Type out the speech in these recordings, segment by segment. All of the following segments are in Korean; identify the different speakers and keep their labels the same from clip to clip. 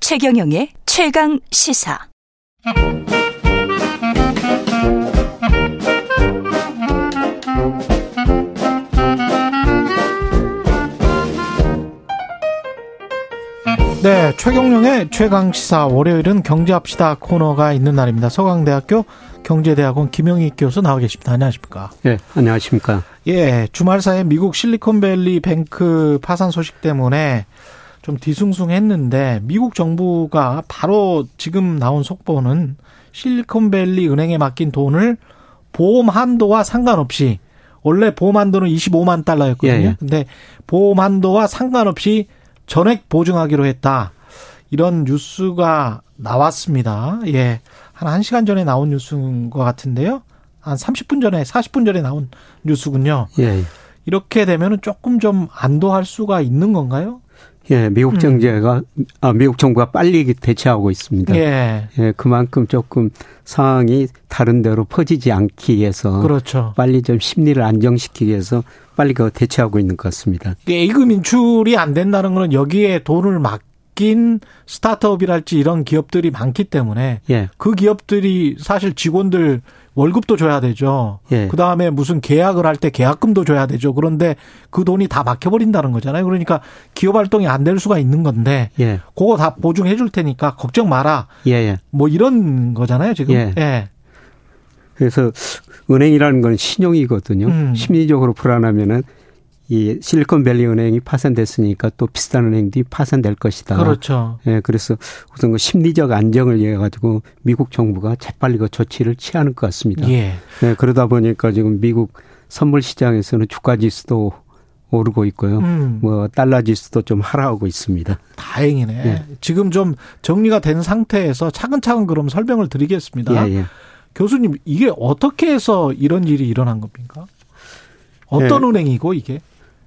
Speaker 1: 최경영의 최강 시사.
Speaker 2: 네, 최경룡의 최강 시사 월요일은 경제합시다 코너가 있는 날입니다. 서강대학교 경제대학원 김영희 교수 나와 계십니다. 안녕하십니까?
Speaker 3: 예, 안녕하십니까.
Speaker 2: 예, 주말 사이 미국 실리콘밸리 뱅크 파산 소식 때문에 좀 뒤숭숭했는데 미국 정부가 바로 지금 나온 속보는 실리콘밸리 은행에 맡긴 돈을 보험 한도와 상관없이 원래 보험 한도는 25만 달러였거든요.
Speaker 3: 예, 예.
Speaker 2: 근데 보험 한도와 상관없이 전액 보증하기로 했다. 이런 뉴스가 나왔습니다. 예. 한 1시간 전에 나온 뉴스인 것 같은데요. 한 30분 전에, 40분 전에 나온 뉴스군요.
Speaker 3: 예,
Speaker 2: 이렇게 되면은 조금 좀 안도할 수가 있는 건가요?
Speaker 3: 예,
Speaker 2: 음.
Speaker 3: 미국 경제가, 아, 미국 정부가 빨리 대처하고 있습니다. 예.
Speaker 2: 예.
Speaker 3: 그만큼 조금 상황이 다른 데로 퍼지지 않기 위해서
Speaker 2: 그렇죠.
Speaker 3: 빨리 좀 심리를 안정시키기 위해서 빨리 그 대처하고 있는 것 같습니다.
Speaker 2: 예금 인출이 안 된다는 거는 여기에 돈을 맡긴 스타트업이랄지 이런 기업들이 많기 때문에
Speaker 3: 예,
Speaker 2: 그 기업들이 사실 직원들 월급도 줘야 되죠.
Speaker 3: 예.
Speaker 2: 그 다음에 무슨 계약을 할 때 계약금도 줘야 되죠. 그런데 그 돈이 다 막혀버린다는 거잖아요. 그러니까 기업 활동이 안 될 수가 있는 건데
Speaker 3: 예,
Speaker 2: 그거 다 보증해 줄 테니까 걱정 마라.
Speaker 3: 예, 예.
Speaker 2: 뭐 이런 거잖아요. 지금.
Speaker 3: 예. 그래서 은행이라는 건 신용이거든요.
Speaker 2: 음.
Speaker 3: 심리적으로 불안하면은 이 실리콘밸리 은행이 파산됐으니까 또 비슷한 은행들이 파산될 것이다.
Speaker 2: 그렇죠.
Speaker 3: 예, 그래서 우선 그 심리적 안정을 위해 가지고 미국 정부가 재빨리 그 조치를 취하는 것 같습니다.
Speaker 2: 예.
Speaker 3: 예, 그러다 보니까 지금 미국 선물 시장에서는 주가 지수도 오르고 있고요.
Speaker 2: 음.
Speaker 3: 뭐 달러 지수도 좀 하락하고 있습니다.
Speaker 2: 다행이네.
Speaker 3: 예.
Speaker 2: 지금 좀 정리가 된 상태에서 차근차근 그럼 설명을 드리겠습니다.
Speaker 3: 예, 예.
Speaker 2: 교수님, 이게 어떻게 해서 이런 일이 일어난 겁니까? 어떤
Speaker 3: 예.
Speaker 2: 은행이고 이게?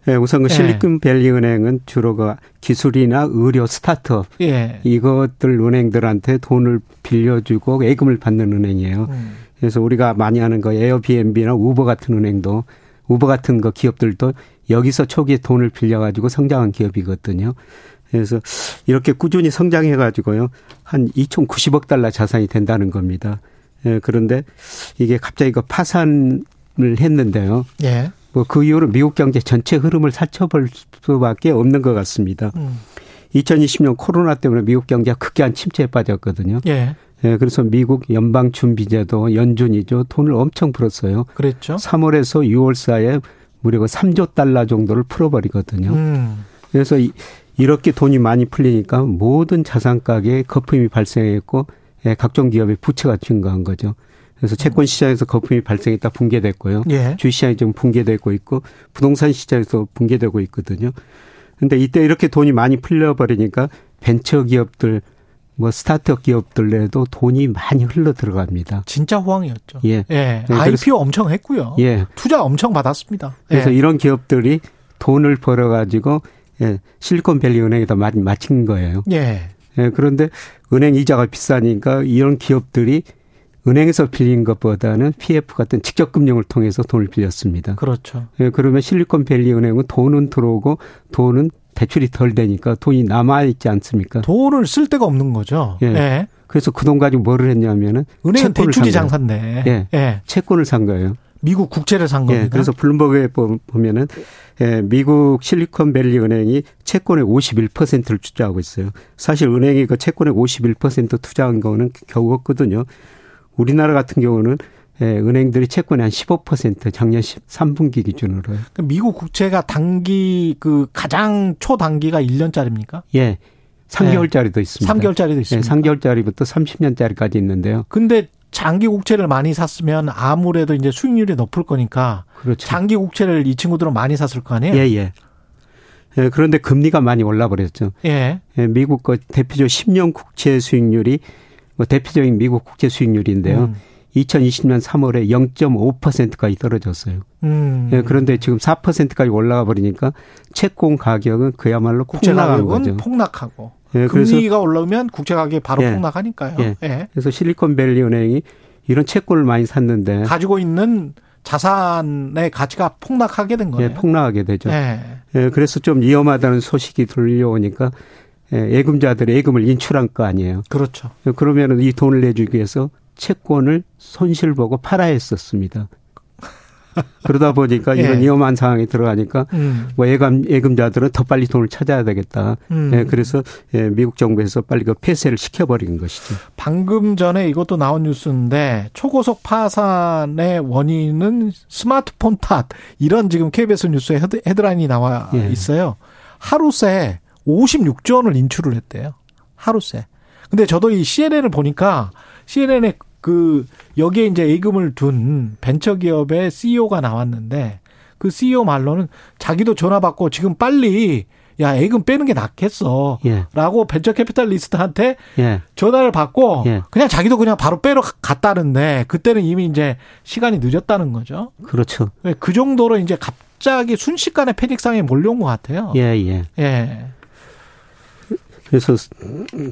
Speaker 3: 예, 우선 그
Speaker 2: 예.
Speaker 3: 실리콘밸리 은행은 주로 그 기술이나 의료 스타트업
Speaker 2: 예.
Speaker 3: 이것들 은행들한테 돈을 빌려주고 예금을 받는 은행이에요.
Speaker 2: 음.
Speaker 3: 그래서 우리가 많이 하는 거 에어비앤비나 우버 같은 은행도 우버 같은 거 기업들도 여기서 초기에 돈을 빌려가지고 성장한 기업이거든요. 그래서 이렇게 꾸준히 성장해가지고요 한 2,090억 달러 자산이 된다는 겁니다. 예, 그런데 이게 갑자기 그 파산을 했는데요.
Speaker 2: 예.
Speaker 3: 뭐 그 이후로 미국 경제 전체 흐름을 살펴볼 수밖에 없는 것 같습니다.
Speaker 2: 음.
Speaker 3: 2020년 코로나 때문에 미국 경제가 극한 침체에 빠졌거든요.
Speaker 2: 예.
Speaker 3: 예, 그래서 미국 연방준비제도 연준이죠. 돈을 엄청 풀었어요.
Speaker 2: 그랬죠.
Speaker 3: 3월에서 6월 사이에 무려 그 3조 달러 정도를 풀어버리거든요.
Speaker 2: 음.
Speaker 3: 그래서 이, 이렇게 돈이 많이 풀리니까 모든 자산 가격에 거품이 발생했고 예, 각종 기업의 부채가 증가한 거죠. 그래서 채권 시장에서 거품이 발생했다 붕괴됐고요.
Speaker 2: 예.
Speaker 3: 주시장이 지금 붕괴되고 있고 부동산 시장에서 붕괴되고 있거든요. 근데 이때 이렇게 돈이 많이 풀려버리니까 벤처 기업들 뭐 스타트업 기업들에도 돈이 많이 흘러 들어갑니다.
Speaker 2: 진짜 호황이었죠.
Speaker 3: 예.
Speaker 2: 예.
Speaker 3: 그래서-
Speaker 2: IPO 엄청 했고요.
Speaker 3: 예.
Speaker 2: 투자 엄청 받았습니다.
Speaker 3: 그래서
Speaker 2: 예.
Speaker 3: 이런 기업들이 돈을 벌어 가지고 예, 실리콘밸리 은행에다 마- 마친 거예요.
Speaker 2: 예.
Speaker 3: 예, 그런데 은행 이자가 비싸니까 이런 기업들이 은행에서 빌린 것보다는 PF 같은 직접 금융을 통해서 돈을 빌렸습니다.
Speaker 2: 그렇죠.
Speaker 3: 예, 그러면 실리콘밸리 은행은 돈은 들어오고 돈은 대출이 덜 되니까 돈이 남아 있지 않습니까?
Speaker 2: 돈을 쓸 데가 없는 거죠.
Speaker 3: 예.
Speaker 2: 예.
Speaker 3: 그래서 그 돈 가지고 뭐를 했냐면은
Speaker 2: 은행은
Speaker 3: 채권을
Speaker 2: 대출이
Speaker 3: 산 거예요.
Speaker 2: 장사인데.
Speaker 3: 예. 채권을 산 거예요.
Speaker 2: 미국 국채를 산 겁니다.
Speaker 3: 예, 그래서 블룸버그에 보- 보면은 예, 미국 실리콘밸리 은행이 채권의 51%를 투자하고 있어요. 사실 은행이 그 채권의 51% 투자한 거는 겨우 없거든요. 우리나라 같은 경우는 예, 은행들이 채권의 한15% 작년 3분기 기준으로요.
Speaker 2: 그럼 미국 국채가 단기 그 가장 초단기가 1년짜리입니까?
Speaker 3: 예. 3개월짜리도 있습니다. 네,
Speaker 2: 3개월짜리도 있습니다.
Speaker 3: 3개월짜리부터 30년짜리까지 예, 있는데요.
Speaker 2: 근데 장기 국채를 많이 샀으면 아무래도 이제 수익률이 높을 거니까
Speaker 3: 그렇죠.
Speaker 2: 장기 국채를 이 친구들은 많이 샀을 거 아니에요?
Speaker 3: 예, 예. 예, 그런데 금리가 많이 올라 버렸죠.
Speaker 2: 예.
Speaker 3: 예, 미국 그 대표적 10년 국채 수익률이 뭐 대표적인 미국 국채 수익률인데요.
Speaker 2: 음.
Speaker 3: 2020년 3월에 0.5%까지 떨어졌어요.
Speaker 2: 음.
Speaker 3: 예, 그런데 지금 4%까지 올라가 버리니까 채권 가격은 그야말로
Speaker 2: 국채
Speaker 3: 폭락한
Speaker 2: 가격은
Speaker 3: 거죠.
Speaker 2: 폭락하고
Speaker 3: 예, 그래서
Speaker 2: 금리가 올라오면 국채 가격이 바로
Speaker 3: 예.
Speaker 2: 폭락하니까요.
Speaker 3: 예.
Speaker 2: 예.
Speaker 3: 그래서 실리콘밸리 은행이 이런 채권을 많이 샀는데
Speaker 2: 가지고 있는 자산의 가치가 폭락하게 된
Speaker 3: 예,
Speaker 2: 거예요.
Speaker 3: 폭락하게 되죠.
Speaker 2: 예.
Speaker 3: 예, 그래서 좀 위험하다는 소식이 들려오니까 예금자들의 예금을 인출한 거 아니에요.
Speaker 2: 그렇죠.
Speaker 3: 그러면 이 돈을 내주기 위해서 채권을 손실 보고 팔아 했었습니다. 그러다 보니까
Speaker 2: 예.
Speaker 3: 이런 위험한 상황에 들어가니까
Speaker 2: 음.
Speaker 3: 뭐 예금 예금자들은 더 빨리 돈을 찾아야 되겠다.
Speaker 2: 음.
Speaker 3: 예, 그래서 예, 미국 정부에서 빨리 그 폐쇄를 시켜버린 것이죠.
Speaker 2: 방금 전에 이것도 나온 뉴스인데 초고속 파산의 원인은 스마트폰 탓 이런 지금 KBS 뉴스에 헤드, 헤드라인이 나와
Speaker 3: 예.
Speaker 2: 있어요. 하루새 56조 원을 인출을 했대요. 하루새. 근데 저도 이 CNN을 보니까 CNN에 그 여기에 이제 예금을 둔 벤처 기업의 CEO가 나왔는데 그 CEO 말로는 자기도 전화 받고 지금 빨리 야 예금 빼는 게 낫겠어.
Speaker 3: 예,
Speaker 2: 라고 벤처 캐피탈리스트한테
Speaker 3: 예,
Speaker 2: 전화를 받고
Speaker 3: 예.
Speaker 2: 그냥 자기도 그냥 바로 빼러 갔다는데 그때는 이미 이제 시간이 늦었다는 거죠.
Speaker 3: 그렇죠.
Speaker 2: 그 정도로 이제 갑자기 순식간에 패닉 상에 몰려온 것 같아요.
Speaker 3: 예, 예.
Speaker 2: 예.
Speaker 3: 그래서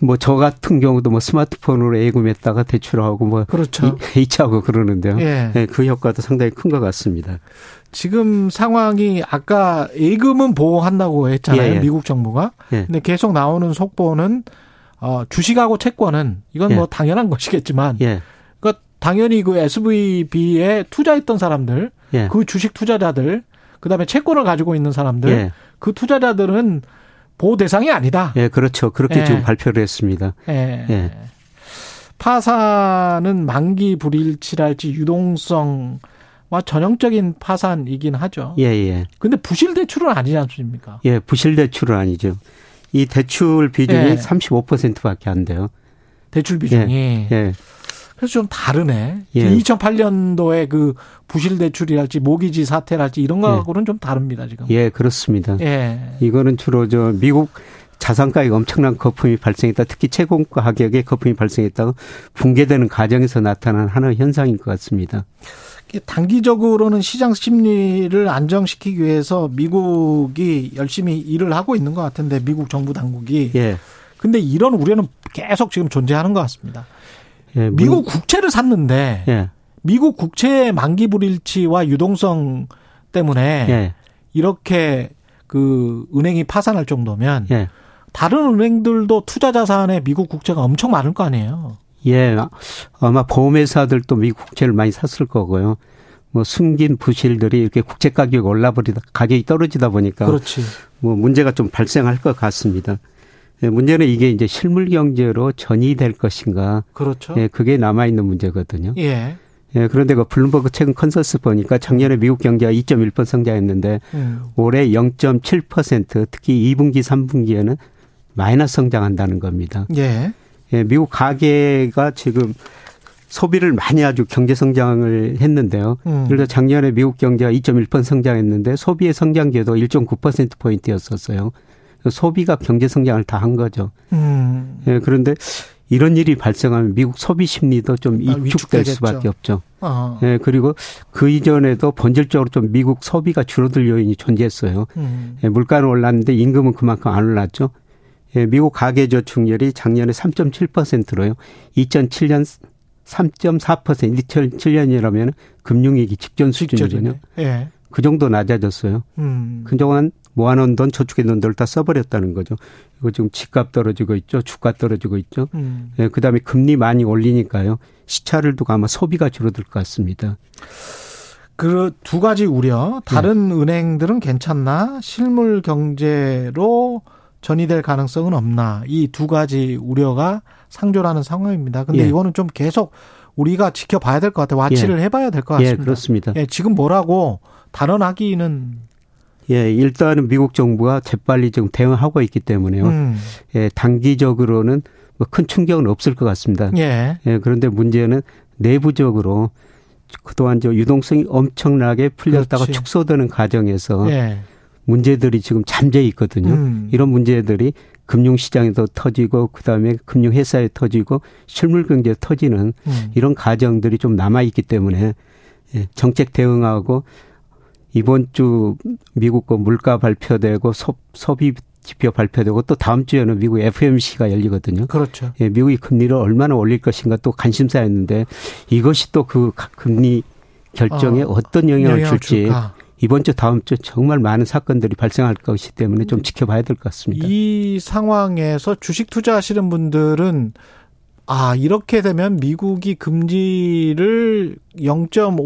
Speaker 3: 뭐 저 같은 경우도 뭐 스마트폰으로 예금했다가 대출하고 뭐
Speaker 2: 그렇죠.
Speaker 3: 이- 이체하고 그러는데요.
Speaker 2: 예.
Speaker 3: 예, 그 효과도 상당히 큰 것 같습니다.
Speaker 2: 지금 상황이 아까 예금은 보호한다고 했잖아요.
Speaker 3: 예, 예.
Speaker 2: 미국 정부가.
Speaker 3: 예.
Speaker 2: 근데 계속 나오는 속보는 어, 주식하고 채권은 이건
Speaker 3: 예.
Speaker 2: 뭐 당연한 것이겠지만
Speaker 3: 예,
Speaker 2: 그러니까 당연히 그 SVB에 투자했던 사람들,
Speaker 3: 예,
Speaker 2: 그 주식 투자자들, 그다음에 채권을 가지고 있는 사람들
Speaker 3: 예,
Speaker 2: 그 투자자들은 보호 대상이 아니다.
Speaker 3: 예, 그렇죠. 그렇게
Speaker 2: 예.
Speaker 3: 지금 발표를 했습니다.
Speaker 2: 예.
Speaker 3: 예.
Speaker 2: 파산은 만기 불일치랄지 유동성과 전형적인 파산이긴 하죠.
Speaker 3: 예, 예.
Speaker 2: 근데 부실 대출은 아니지 않습니까?
Speaker 3: 예, 부실 대출은 아니죠. 이 대출 비중이
Speaker 2: 예.
Speaker 3: 35%밖에 안 돼요.
Speaker 2: 대출 비중이.
Speaker 3: 예,
Speaker 2: 그래서 좀 다르네.
Speaker 3: 예.
Speaker 2: 2008년도에 그 부실 대출이랄지 모기지 사태랄지 이런 거하고는 좀 다릅니다, 지금.
Speaker 3: 예, 그렇습니다.
Speaker 2: 예.
Speaker 3: 이거는 주로 저 미국 자산가에 엄청난 거품이 발생했다. 특히 채공가 가격에 거품이 발생했다가 붕괴되는 과정에서 나타난 하나의 현상인 것 같습니다.
Speaker 2: 이게 단기적으로는 시장 심리를 안정시키기 위해서 미국이 열심히 일을 하고 있는 것 같은데 미국 정부 당국이
Speaker 3: 예.
Speaker 2: 근데 이런 우려는 계속 지금 존재하는 것 같습니다.
Speaker 3: 예, 문-
Speaker 2: 미국 국채를 샀는데
Speaker 3: 예.
Speaker 2: 미국 국채의 만기 불일치와 유동성 때문에
Speaker 3: 예.
Speaker 2: 이렇게 그 은행이 파산할 정도면
Speaker 3: 예.
Speaker 2: 다른 은행들도 투자 자산에 미국 국채가 엄청 많을 거 아니에요.
Speaker 3: 예. 아- 아마 보험회사들도 미국 국채를 많이 샀을 거고요. 뭐 숨긴 부실들이 이렇게 국채 가격이 올라버리다 가격이 떨어지다 보니까
Speaker 2: 그렇지.
Speaker 3: 뭐 문제가 좀 발생할 것 같습니다. 예, 문제는 이게 이제 실물 경제로 전이될 것인가.
Speaker 2: 그렇죠.
Speaker 3: 예, 그게 남아 있는 문제거든요.
Speaker 2: 예.
Speaker 3: 예, 그런데 그 블룸버그 최근 컨설스 보니까 작년에 미국 경제가 2.1% 성장했는데
Speaker 2: 음.
Speaker 3: 올해 0.7% 특히 2분기, 3분기에는 마이너스 성장한다는 겁니다.
Speaker 2: 예.
Speaker 3: 예, 미국 가계가 지금 소비를 많이 아주 경제 성장을 했는데요.
Speaker 2: 음.
Speaker 3: 예를 들어 작년에 미국 경제가 2.1% 성장했는데 소비의 성장궤도 1.9% 포인트였었어요. 소비가 경제 성장을 다 한 거죠.
Speaker 2: 음.
Speaker 3: 예, 그런데 이런 일이 발생하면 미국 소비 심리도 좀
Speaker 2: 아,
Speaker 3: 위축될
Speaker 2: 위축되겠죠.
Speaker 3: 수밖에 없죠.
Speaker 2: 어.
Speaker 3: 예, 그리고 그 이전에도 본질적으로 좀 미국 소비가 줄어들 요인이 존재했어요.
Speaker 2: 음.
Speaker 3: 예, 물가는 올랐는데 임금은 그만큼 안 올랐죠. 예, 미국 가계저축률이 작년에 3.7%로요. 2007년 3.4%, 2007년이라면 금융위기 직전 수준이거든요.
Speaker 2: 직접이네. 예.
Speaker 3: 그 정도 낮아졌어요.
Speaker 2: 음.
Speaker 3: 그동안 모아놓은 돈, 저축해 놓은 돈을 다 써버렸다는 거죠. 이거 지금 집값 떨어지고 있죠. 주가 떨어지고 있죠.
Speaker 2: 음.
Speaker 3: 예, 그다음에 금리 많이 올리니까요. 시차를 두고 아마 소비가 줄어들 것 같습니다.
Speaker 2: 그 두 가지 우려.
Speaker 3: 네.
Speaker 2: 다른 은행들은 괜찮나? 실물 경제로 전이될 가능성은 없나? 이 두 가지 우려가 상조라는 상황입니다. 근데
Speaker 3: 예.
Speaker 2: 이거는 좀 계속 우리가 지켜봐야 될 것 같아요. 와치를 해봐야 될 것
Speaker 3: 예,
Speaker 2: 같습니다.
Speaker 3: 그렇습니다.
Speaker 2: 예, 지금 뭐라고 단언하기는
Speaker 3: 예, 일단은 미국 정부가 재빨리 지금 대응하고 있기 때문에요.
Speaker 2: 음,
Speaker 3: 예, 단기적으로는 뭐큰 충격은 없을 것 같습니다.
Speaker 2: 예,
Speaker 3: 예, 그런데 문제는 내부적으로 그동안 저 유동성이 엄청나게 풀렸다가
Speaker 2: 그렇지.
Speaker 3: 축소되는 과정에서
Speaker 2: 예,
Speaker 3: 문제들이 지금 잠재 있거든요. 예.
Speaker 2: 음,
Speaker 3: 이런 문제들이 금융시장에도 터지고 그다음에 금융회사에 터지고 실물경제에 터지는
Speaker 2: 음.
Speaker 3: 이런 과정들이 좀 남아 있기 때문에 예, 정책 대응하고 이번 주 미국 거 물가 발표되고 소, 소비 지표 발표되고 또 다음 주에는 미국 FMC가 열리거든요.
Speaker 2: 그렇죠.
Speaker 3: 예, 미국이 금리를 얼마나 올릴 것인가 또 관심사였는데 이것이 또 그 금리 결정에
Speaker 2: 어,
Speaker 3: 어, 떤 영향을 줄지
Speaker 2: 줄까?
Speaker 3: 이번 주 다음 주 정말 많은 사건들이 발생할 것이기 때문에 좀 지켜봐야 될 것 같습니다.
Speaker 2: 이 상황에서 주식 투자하시는 분들은 아, 이렇게 되면 미국이 금리를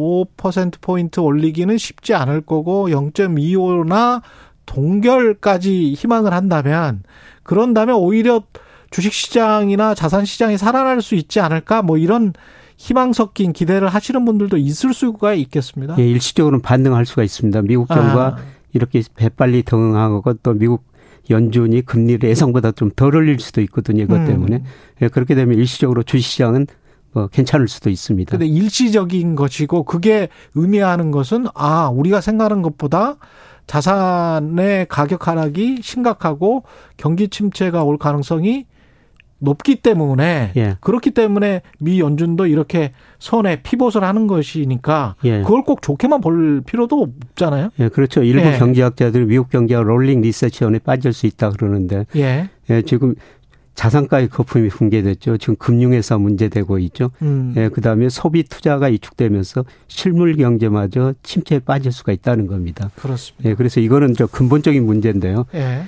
Speaker 2: 0.5%포인트 올리기는 쉽지 않을 거고 0.25나 동결까지 희망을 한다면 그런다면 오히려 주식 시장이나 자산 시장이 살아날 수 있지 않을까 뭐 이런 희망 섞인 기대를 하시는 분들도 있을 수가 있겠습니다.
Speaker 3: 예, 일시적으로는 반등할 수가 있습니다. 미국 정부가
Speaker 2: 아.
Speaker 3: 이렇게 재빨리 대응하고 또 미국 연준이 금리를 예상보다 좀 덜 올릴 수도 있거든요. 그것
Speaker 2: 음.
Speaker 3: 때문에 예, 그렇게 되면 일시적으로 주시장은 뭐 괜찮을 수도 있습니다.
Speaker 2: 근데 일시적인 것이고 그게 의미하는 것은 아 우리가 생각하는 것보다 자산의 가격 하락이 심각하고 경기 침체가 올 가능성이 높기 때문에
Speaker 3: 예.
Speaker 2: 그렇기 때문에 미 연준도 이렇게 손에 피봇을 하는 것이니까
Speaker 3: 예.
Speaker 2: 그걸 꼭 좋게만 볼 필요도 없잖아요.
Speaker 3: 예, 그렇죠. 일부
Speaker 2: 예.
Speaker 3: 경제학자들이 미국 경제가 롤링 리세션에 빠질 수 있다 그러는데
Speaker 2: 예.
Speaker 3: 예, 지금 자산가의 거품이 붕괴됐죠. 지금 금융회사 문제되고 있죠.
Speaker 2: 음.
Speaker 3: 예, 그다음에 소비 투자가 이축되면서 실물 경제마저 침체에 빠질 수가 있다는 겁니다.
Speaker 2: 그렇습니다.
Speaker 3: 예, 그래서 이거는 저 근본적인 문제인데요.
Speaker 2: 예.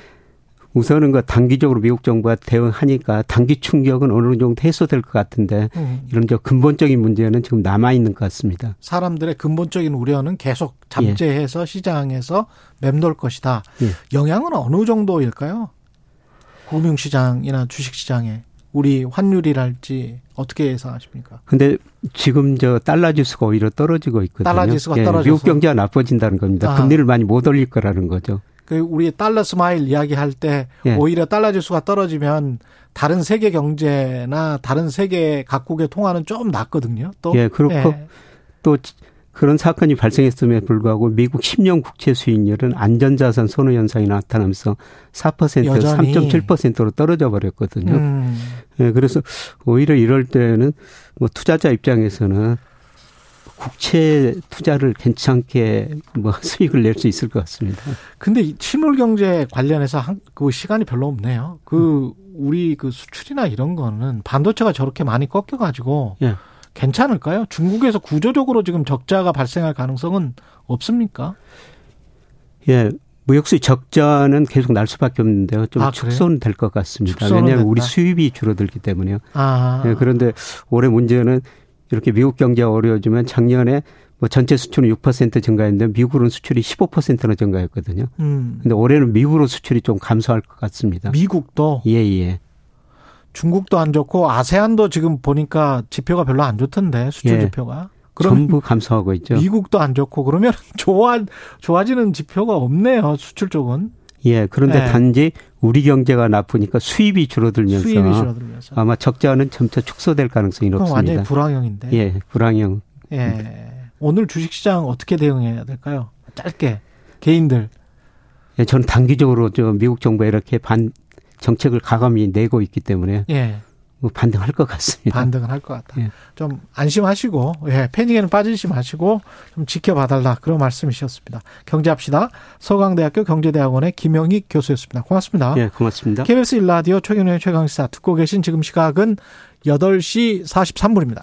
Speaker 3: 우선은 그 단기적으로 미국 정부가 대응하니까 단기 충격은 어느 정도 해소될 것 같은데
Speaker 2: 음.
Speaker 3: 이런 저 근본적인 문제는 지금 남아 있는 것 같습니다.
Speaker 2: 사람들의 근본적인 우려는 계속 잠재해서 시장에서 맴돌 것이다.
Speaker 3: 예.
Speaker 2: 영향은 어느 정도일까요? 금융시장이나 주식시장에 우리 환율이랄지 어떻게 예상하십니까?
Speaker 3: 근데 지금 저 달러 지수가 오히려 떨어지고 있거든요. 예,
Speaker 2: 달러 지수가 떨어져서.
Speaker 3: 미국 경제가 나빠진다는 겁니다.
Speaker 2: 아.
Speaker 3: 금리를 많이 못 올릴 거라는 거죠.
Speaker 2: 그 우리 달러 스마일 이야기할 때
Speaker 3: 예.
Speaker 2: 오히려 달러 지수가 떨어지면 다른 세계 경제나 다른 세계 각국의 통화는 좀 낮거든요. 또
Speaker 3: 예, 그렇고
Speaker 2: 예.
Speaker 3: 또 지- 그런 사건이 발생했음에 불구하고 미국 10년 국채 수익률은 안전자산 선호 현상이 나타나면서 4%
Speaker 2: 여전히.
Speaker 3: 3.7%로 떨어져 버렸거든요.
Speaker 2: 음,
Speaker 3: 예, 그래서 오히려 이럴 때는 뭐 투자자 입장에서는 국채 투자를 괜찮게 뭐 수익을 낼 수 있을 것 같습니다.
Speaker 2: 근데 이 실물 경제 관련해서 한, 그 시간이 별로 없네요.
Speaker 3: 음.
Speaker 2: 그 우리 그 수출이나 이런 거는 반도체가 저렇게 많이 꺾여 가지고
Speaker 3: 예.
Speaker 2: 괜찮을까요? 중국에서 구조적으로 지금 적자가 발생할 가능성은 없습니까?
Speaker 3: 예. 무역수입 적자는 계속 날 수밖에 없는데요. 좀
Speaker 2: 아, 그래요?
Speaker 3: 축소는 될 것 같습니다.
Speaker 2: 축소는
Speaker 3: 왜냐하면 우리
Speaker 2: 된다.
Speaker 3: 수입이 줄어들기 때문에요.
Speaker 2: 아.
Speaker 3: 예, 그런데 올해 문제는 이렇게 미국 경제가 어려워지면 작년에 뭐 전체 수출은 6% 증가했는데 미국은 수출이 15%나 증가했거든요.
Speaker 2: 음.
Speaker 3: 근데 올해는 미국으로 수출이 좀 감소할 것 같습니다.
Speaker 2: 미국도
Speaker 3: 예, 예.
Speaker 2: 중국도 안 좋고 아세안도 지금 보니까 지표가 별로 안 좋던데 수출
Speaker 3: 예.
Speaker 2: 지표가. 그럼
Speaker 3: 전부 감소하고 있죠.
Speaker 2: 미국도 안 좋고 그러면 좋아 좋아지는 지표가 없네요. 수출 쪽은
Speaker 3: 예, 그런데
Speaker 2: 예.
Speaker 3: 단지 우리 경제가 나쁘니까 수입이 줄어들면서
Speaker 2: 수입이 줄어들면서.
Speaker 3: 아마 적자는 점차 축소될 가능성이
Speaker 2: 그럼
Speaker 3: 높습니다.
Speaker 2: 완전히 불황형인데.
Speaker 3: 예, 불황형.
Speaker 2: 예. 오늘 주식시장 어떻게 대응해야 될까요? 짧게 개인들.
Speaker 3: 예, 저는 단기적으로 저 미국 정부가 이렇게 반 정책을 가감히 내고 있기 때문에
Speaker 2: 예.
Speaker 3: 뭐 반등할 것 같습니다.
Speaker 2: 반등을 할 것 같다.
Speaker 3: 예.
Speaker 2: 좀 안심하시고 예, 패닉에는 빠지지 마시고 좀 지켜봐달라 그런 말씀이셨습니다. 경제합시다. 서강대학교 경제대학원의 김영희 교수였습니다. 고맙습니다.
Speaker 3: 예, 고맙습니다.
Speaker 2: KBS 일라디오 최경영 최강시사 듣고 계신 지금 시각은 8시 43분입니다.